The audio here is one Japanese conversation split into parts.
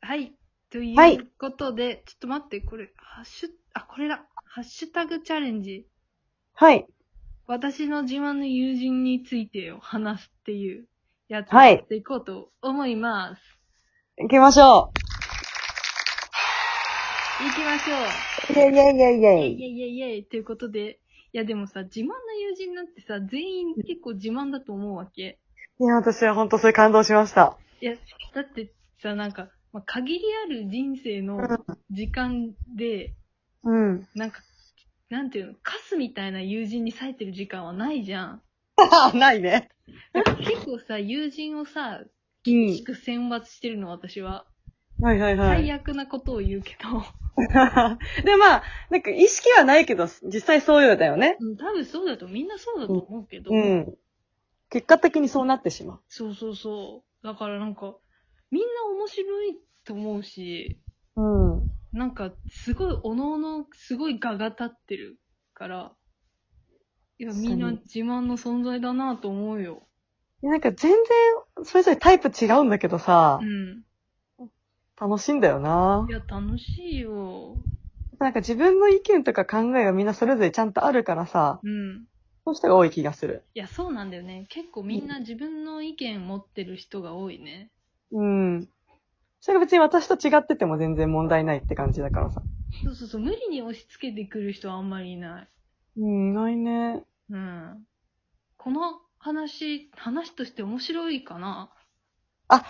はい。といはいうことで、ちょっと待って、これ、ハッシュ、あ、これだ。ハッシュタグチャレンジ。はい。私の自慢の友人についてを話すっていうやつをはいやっていこうと思います。行きましょい、きましょう。う。イェイイェイイェイイェイイ。ェイイェイイェイということで、いやでもさ、自慢の友人なんてさ、全員結構自慢だと思うわけ。いや、私は本当それ感動しました。いや、だってさ、なんか、まあ、限りある人生の時間で、うん。なんか、なんていうの、カスみたいな友人に割いてる時間はないじゃん。 ないね。だから結構さ、友人をさ、う厳しん。く選抜してるの、私は。はいはいは最い。悪なことを言うけど。 で、まあ、なんか意識はないけど、実際そうようだよね。うん、多分そうだと、みんなそうだと思うけど。うん。結果的にそうなってしまう。そうそうそう。だからなんか、みんな面白いと思うし、うん。なんか、すごい、おのおの、すごい画が立ってるから、いや、確かみんにな自慢の存在だなと思うよ。いやなんか全然、それぞれタイプ違うんだけどさう、ん。。楽しいんだよないや、楽しいよ。なんか自分の意見とか考えがみんなそれぞれちゃんとあるからさ、うん。そういう人が多い気がする。いや、そうなんだよね。結構みんな自分の意見持ってる人が多いね。うん。それが別に私と違ってても全然問題ないって感じだからさ。そうそうそう、無理に押し付けてくる人はあんまりいない。うん、ないね。うん。この話、話として面白いかなあ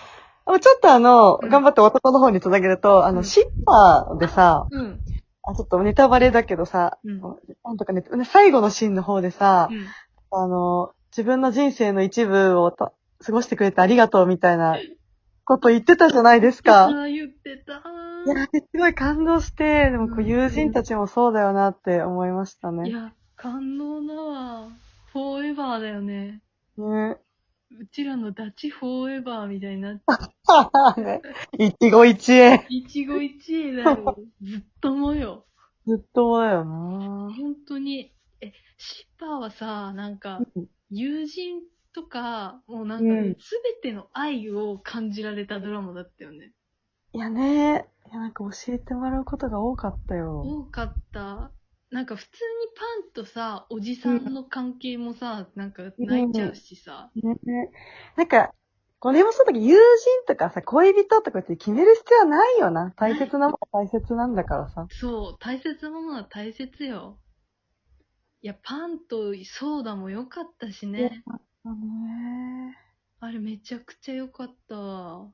ちょっとあの、うん頑張って男の方につなげると、あうんの、シッターでさ、うん。あ、ちょっとネタバレだけどさ、うん。なんとかね、最後のシーンの方でさう、ん。あの、自分の人生の一部をた過ごしてくれてありがとうみたいなこと言ってたじゃないですあか。あ、言ってた。いや、すごい感動して、でもこううん友人たちもそうだよなって思いましたいね。や、感動だわ。フォーエバーだよね。ね。 うちらのダチフォーエバーみたいになって、ははね一期一会。一期一会だ よ。ずっともよ。ずっとだよな本当に。え、シッパーはさ、なんか、友人とか、もうなんうか、んすべての愛を感じられたドラマだったよね。いやねいや、なんか教えてもらうことが多かったよ。多かった。なんか普通にパンとさ、おじさんの関係もさ、なんか泣いちゃうしさ。ねなんか、これもそうだけど、友人とかさ、恋人とかって決める必要はないよな。大切なものは大切なんだからさ。そう、大切なものは大切よ。いや、パンとソーダも良かったしいやね。あのねあれめちゃくちゃ良かったわ。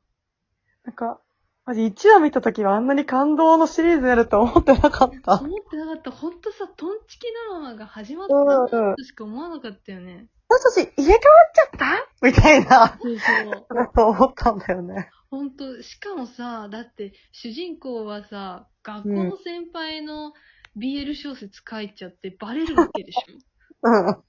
なんか、マジ1話見た時はあんなに感動のシリーズやると思ってなか った。思ってなかった。ほんとさ、トンチキドラマが始まっうんうんたとしか思わなかったよね。私入れ替わっちゃったみたいな、そうそう。だと思ったんだよね。ほんと、しかもさ、だって主人公はさ、学校の先輩の BL 小説書いちゃってバレるわけでしょ。うん。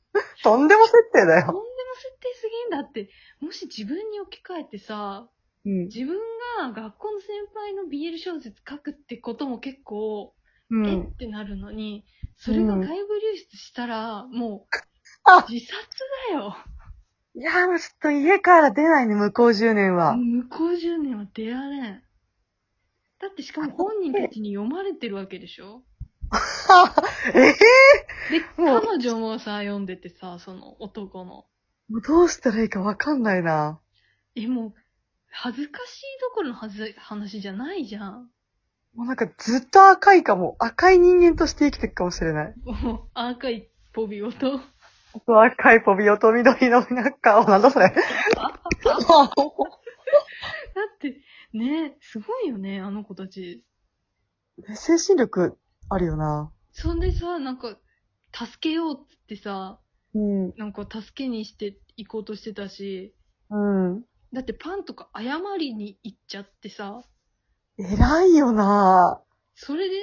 とんでも設定だとんでもよ。設定すぎんだって、もし自分に置き換えてさ、うん。自分が学校の先輩の BL 小説書くってことも結構、うえっん。てなるのに、それが外部流出したら、もあう、自殺だよ。いやー、もうちょっと家から出ないね、向こう10年は。向こう10年は出られん。だってしかも本人たちに読まれてるわけでしょ えで、もう彼女もさ、読んでてさ、その男の。ー、もうどうしたらいいかわかんないな。え、もう、恥ずかしいどころのはず話じゃないじゃん。もうなんかずっと赤いかも。赤い人間として生きていくかもしれない。もう、赤いポビオと。赤いポビオと緑のなんか、おなんだそ れ。だって、ね、すごいよね、あの子たち。精神力あるよな。そんでさ、なんか、助けようっつってさ、うん。なんか助けにして行こうとしてたし、うん。だってパンとか謝りに行っちゃってさ、偉いよな。それで、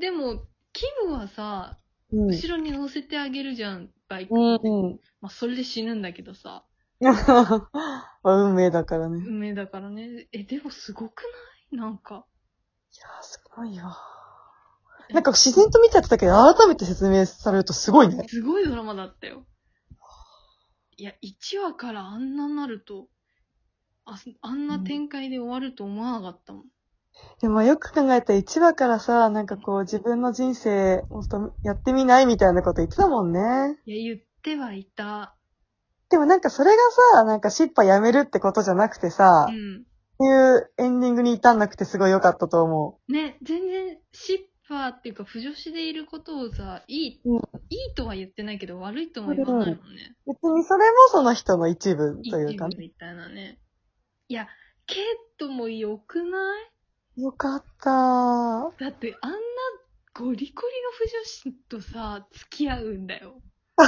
でも、キムはさ、うん。後ろに乗せてあげるじゃん、バイク。うん。 まあ、それで死ぬんだけどさ、まあ運命だからね。いや運命だからね。え、でもすごくないなんか。ー、すごいよ。なんか自然と見ちゃってたけど、改めて説明されるとすごいね。すごいドラマだったよ。いや、1話からあんなになると、あすあんな展開で終わると思わなかったもん。でもよく考えたら1話からさ、なんかこう自分の人生もっとやってみないみたいなこと言ってたもんね。いや、言ってはいた。でもなんかそれがさ、なんか失敗やめるってことじゃなくてさ、うっん。ていうエンディングに至んなくてすごい良かったと思ね、全然、シッパーっていうか、不女子でいることをさ、いい、うんいいとは言ってないけど、悪いとも言わないもんね。う。別にそれもその人の一部一というか部、みたいなね。いや、ケイトも良くないよかった。だって、あんなゴリゴリの不女子とさ、付き合うんだよ。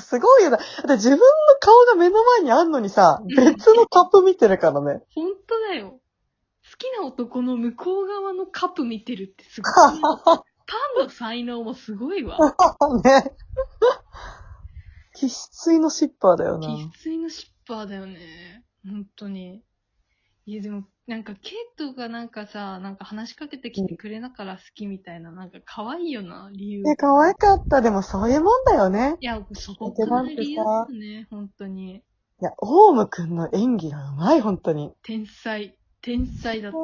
すごいよな。だって自分の顔が目の前にあんのにさ、別のカップ見てるからね。ほんとだよ。好きな男の向こう側のカップ見てるってす ごいね。パンの才能もすごいわ。 ね。生粋のシッパーだよな。生粋のシッパーだよね。本当に。いや、でも、なんか、ケイトがなんかさ、なんか話しかけてきてくれなから好きみたいな、なんか可愛いよな、理由。ね、可愛かった。でもそういうもんだよね。いや、素朴な理由だよね、本当に。いや、オウムくんの演技がうまい、本当に。天才。天才だった。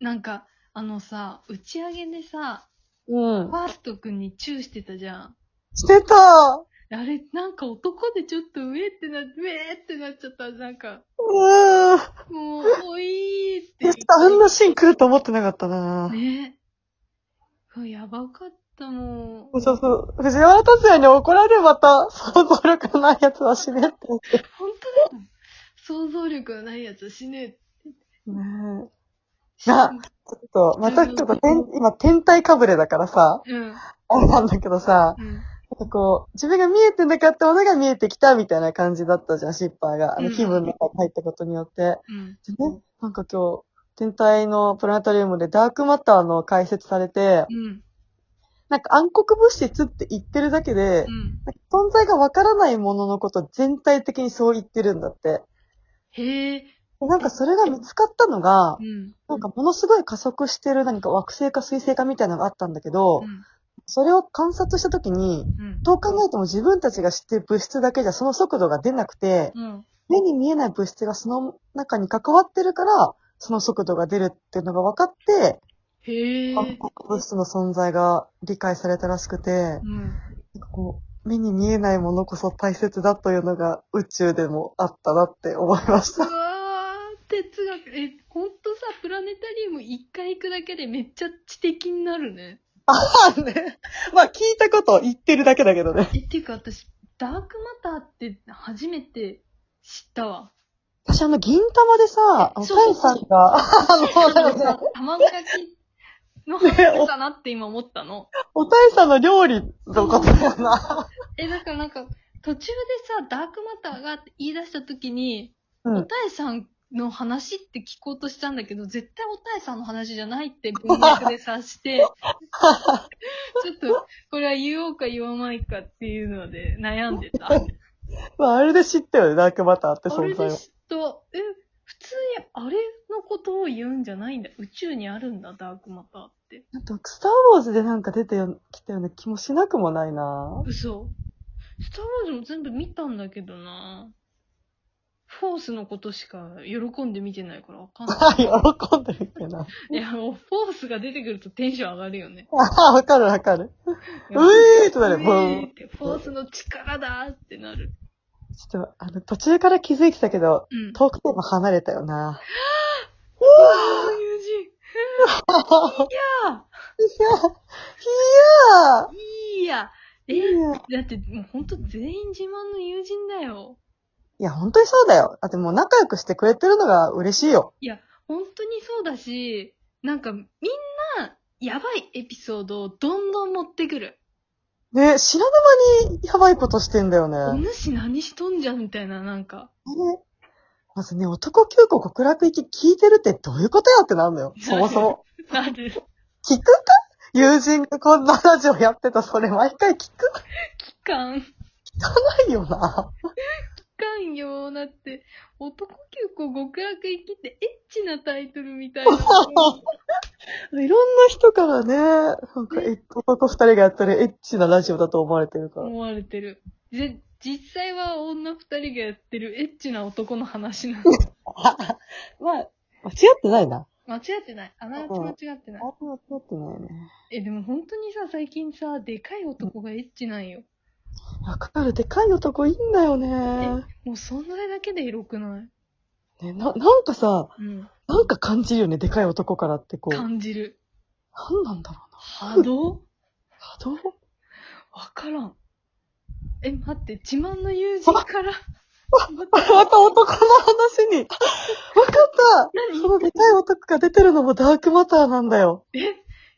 なんか、あのさ、打ち上げでさ、うんフ。ァースト君にチューしてたじゃん。してたあれ、なんか男でちょっと上ってな、上ってなっちゃった。なんか、うん。いもう、おいーって言やっちてょっとあんなシーン来ると思ってなかったなね。これやばかったもん。そうそう。藤原達也に怒られるまた、想像力のないやつは死ねって言って。本当だよ。想像力がないやつは死ねねえなちょっと、またちょっと天、今天体かぶれだからさ、うん。あれなんだけどさ、うん。なんかこう、自分が見えてなかったものが見えてきたみたいな感じだったじゃん、シッパーが。あの、うん気分の中に入ったことによって。うん。でね、なんか今日、天体のプラネタリウムでダークマターの解説されて、うん。なんか暗黒物質って言ってるだけでう、ん。存在がわからないもののこと全体的にそう言ってるんだって。へえ。でなんかそれが見つかったのがう、ん。なんかものすごい加速してる何か惑星か水星かみたいなのがあったんだけどう、ん。それを観察した時に、うん。どう考えても自分たちが知ってる物質だけじゃその速度が出なくて、うん。目に見えない物質がその中に関わってるから、その速度が出るっていうのが分かって、へえ。暗黒物質の存在が理解されたらしくて、なんうん。かこう、目に見えないものこそ大切だというのが宇宙でもあったなって思いましうた。わー、哲学、え、ほんとさ、プラネタリウム一回行くだけでめっちゃ知的になるね。ね まあ聞いたこと言ってるだけだけどね。え、っていうか私、ダークマターって初めて知ったわ。私あの銀玉でさ、あの、そタうイそうさそんが、あの、なんかね卵焼きの話だなって今思った の。おタイさんの料理のことだよな。え、だからなんか、途中でさ、ダークマターがって言い出した時に、うんおたえさんの話って聞こうとしたんだけど、絶対おたえさんの話じゃないって文脈で察 して、ちょっと、これは言おうか言わないかっていうので悩んでた。あまああれで知ったよね、ダークマターってれ存在でを。知った。え、普通にあれのことを言うんじゃないんだ。宇宙にあるんだ、ダークマターって。なんと、スターウォーズでなんか出てきたような気もしなくもないな。嘘。スター・ウォーズも全部見たんだけどな。フォースのことしか喜んで見てないからわかんない。 はい、喜んでるってな。いや、もう、フォースが出てくるとテンション上がるよね。 ああ、わかるわかる。 うえーってなる。ブうえーンってフォースの力だーってなる。ちょっと、あの、途中から気づいてたけど、うん。トークテーマ離れたよな。ああ、友人。いや、いいいや。えや、いや。だって、もうほんと全員自慢の友人だよ。いや、本当にそうだよ。だってもう仲良くしてくれてるのが嬉しいよ。ほんとにそうだし、なんか、みんな、やばいエピソードをどんどん持ってくる。ね、知らぬ間にやばいことしてんだよおね。主何しとんじゃんみたいな、なんか。ねまずね、男9個極楽行き聞いてるってどういうことやってなん だよ。そもそも。なる。聞くか友人がこんなラジオやってた、それ毎回聞く期間。ないよな。かんよ。だって、男急行極楽行きってエッチなタイトルみたいな。 いろんな人からね、なんか、え男二人がやってるエッチなラジオだと思われてるから。思われてる。ぜ、実際は女二人がやってるエッチな男の話なの。 まあ、間違ってないな。間違ってない。あながち間違ってない。間違ってないよね。え、でも本当にさ、最近さ、でかい男がエッチなんよ。わかる、でかい男いいんだよね。もう存在だけでエロくないねな、なんかさ、うん。なんか感じるよね、でかい男からってこう。なん感じる。なんだろうな。波動波動わからん。え、待って、自慢の友人から。 また男の話に。わかった何そのでかい男が出てるのもダークマターなんだよ。え目に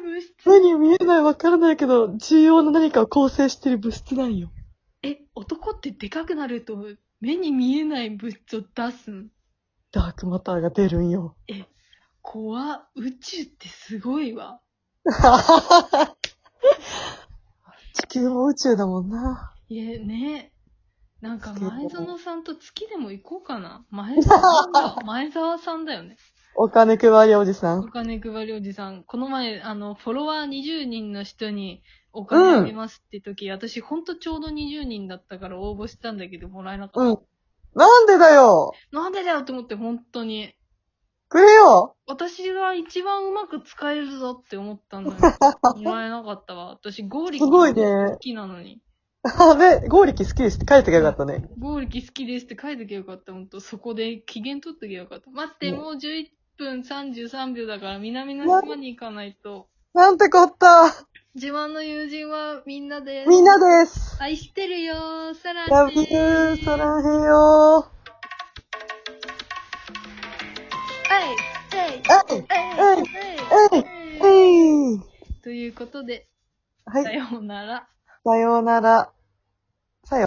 見えない物質目に見えないわからないけど、重要な何かを構成してる物質なんよ。え、男ってでかくなると、目に見えない物質を出すんダークマターが出るん よ。怖っ宇宙ってすごいわ。地球も宇宙だもんな。いえ、ねなんかすごい前園さんと月でも行こうかな。前澤さん だ。前澤さんだよね。お金配りおじさおん。金配りおじさん。この前、あの、フォロワー20人の人にお金あげますって時、私ほんとちょうど20人だったから応募したんだけどもらえなかった。うん。なんでだよなんでだよと思って本当に。くれよ 私が一番うまく使えるぞって思ったん だよ。もらえなかったわ。私、ゴーリすごいね好きなのに。あ、ね、ゴーリキ好きですって書いてきゃよかったね。ゴーリキ好きですって書いときゃよかった。ほんと、そこで機嫌取っときゃよかった。待って、ねもう11分33秒だから南の島に行かないと。なんてこった自慢の友人はみんなです。みんなです愛してるよー、さらラブに。ユーサラヘヨはい、ーえいはい、はい、はい。えいということで、はさい、ようなら。さようなら。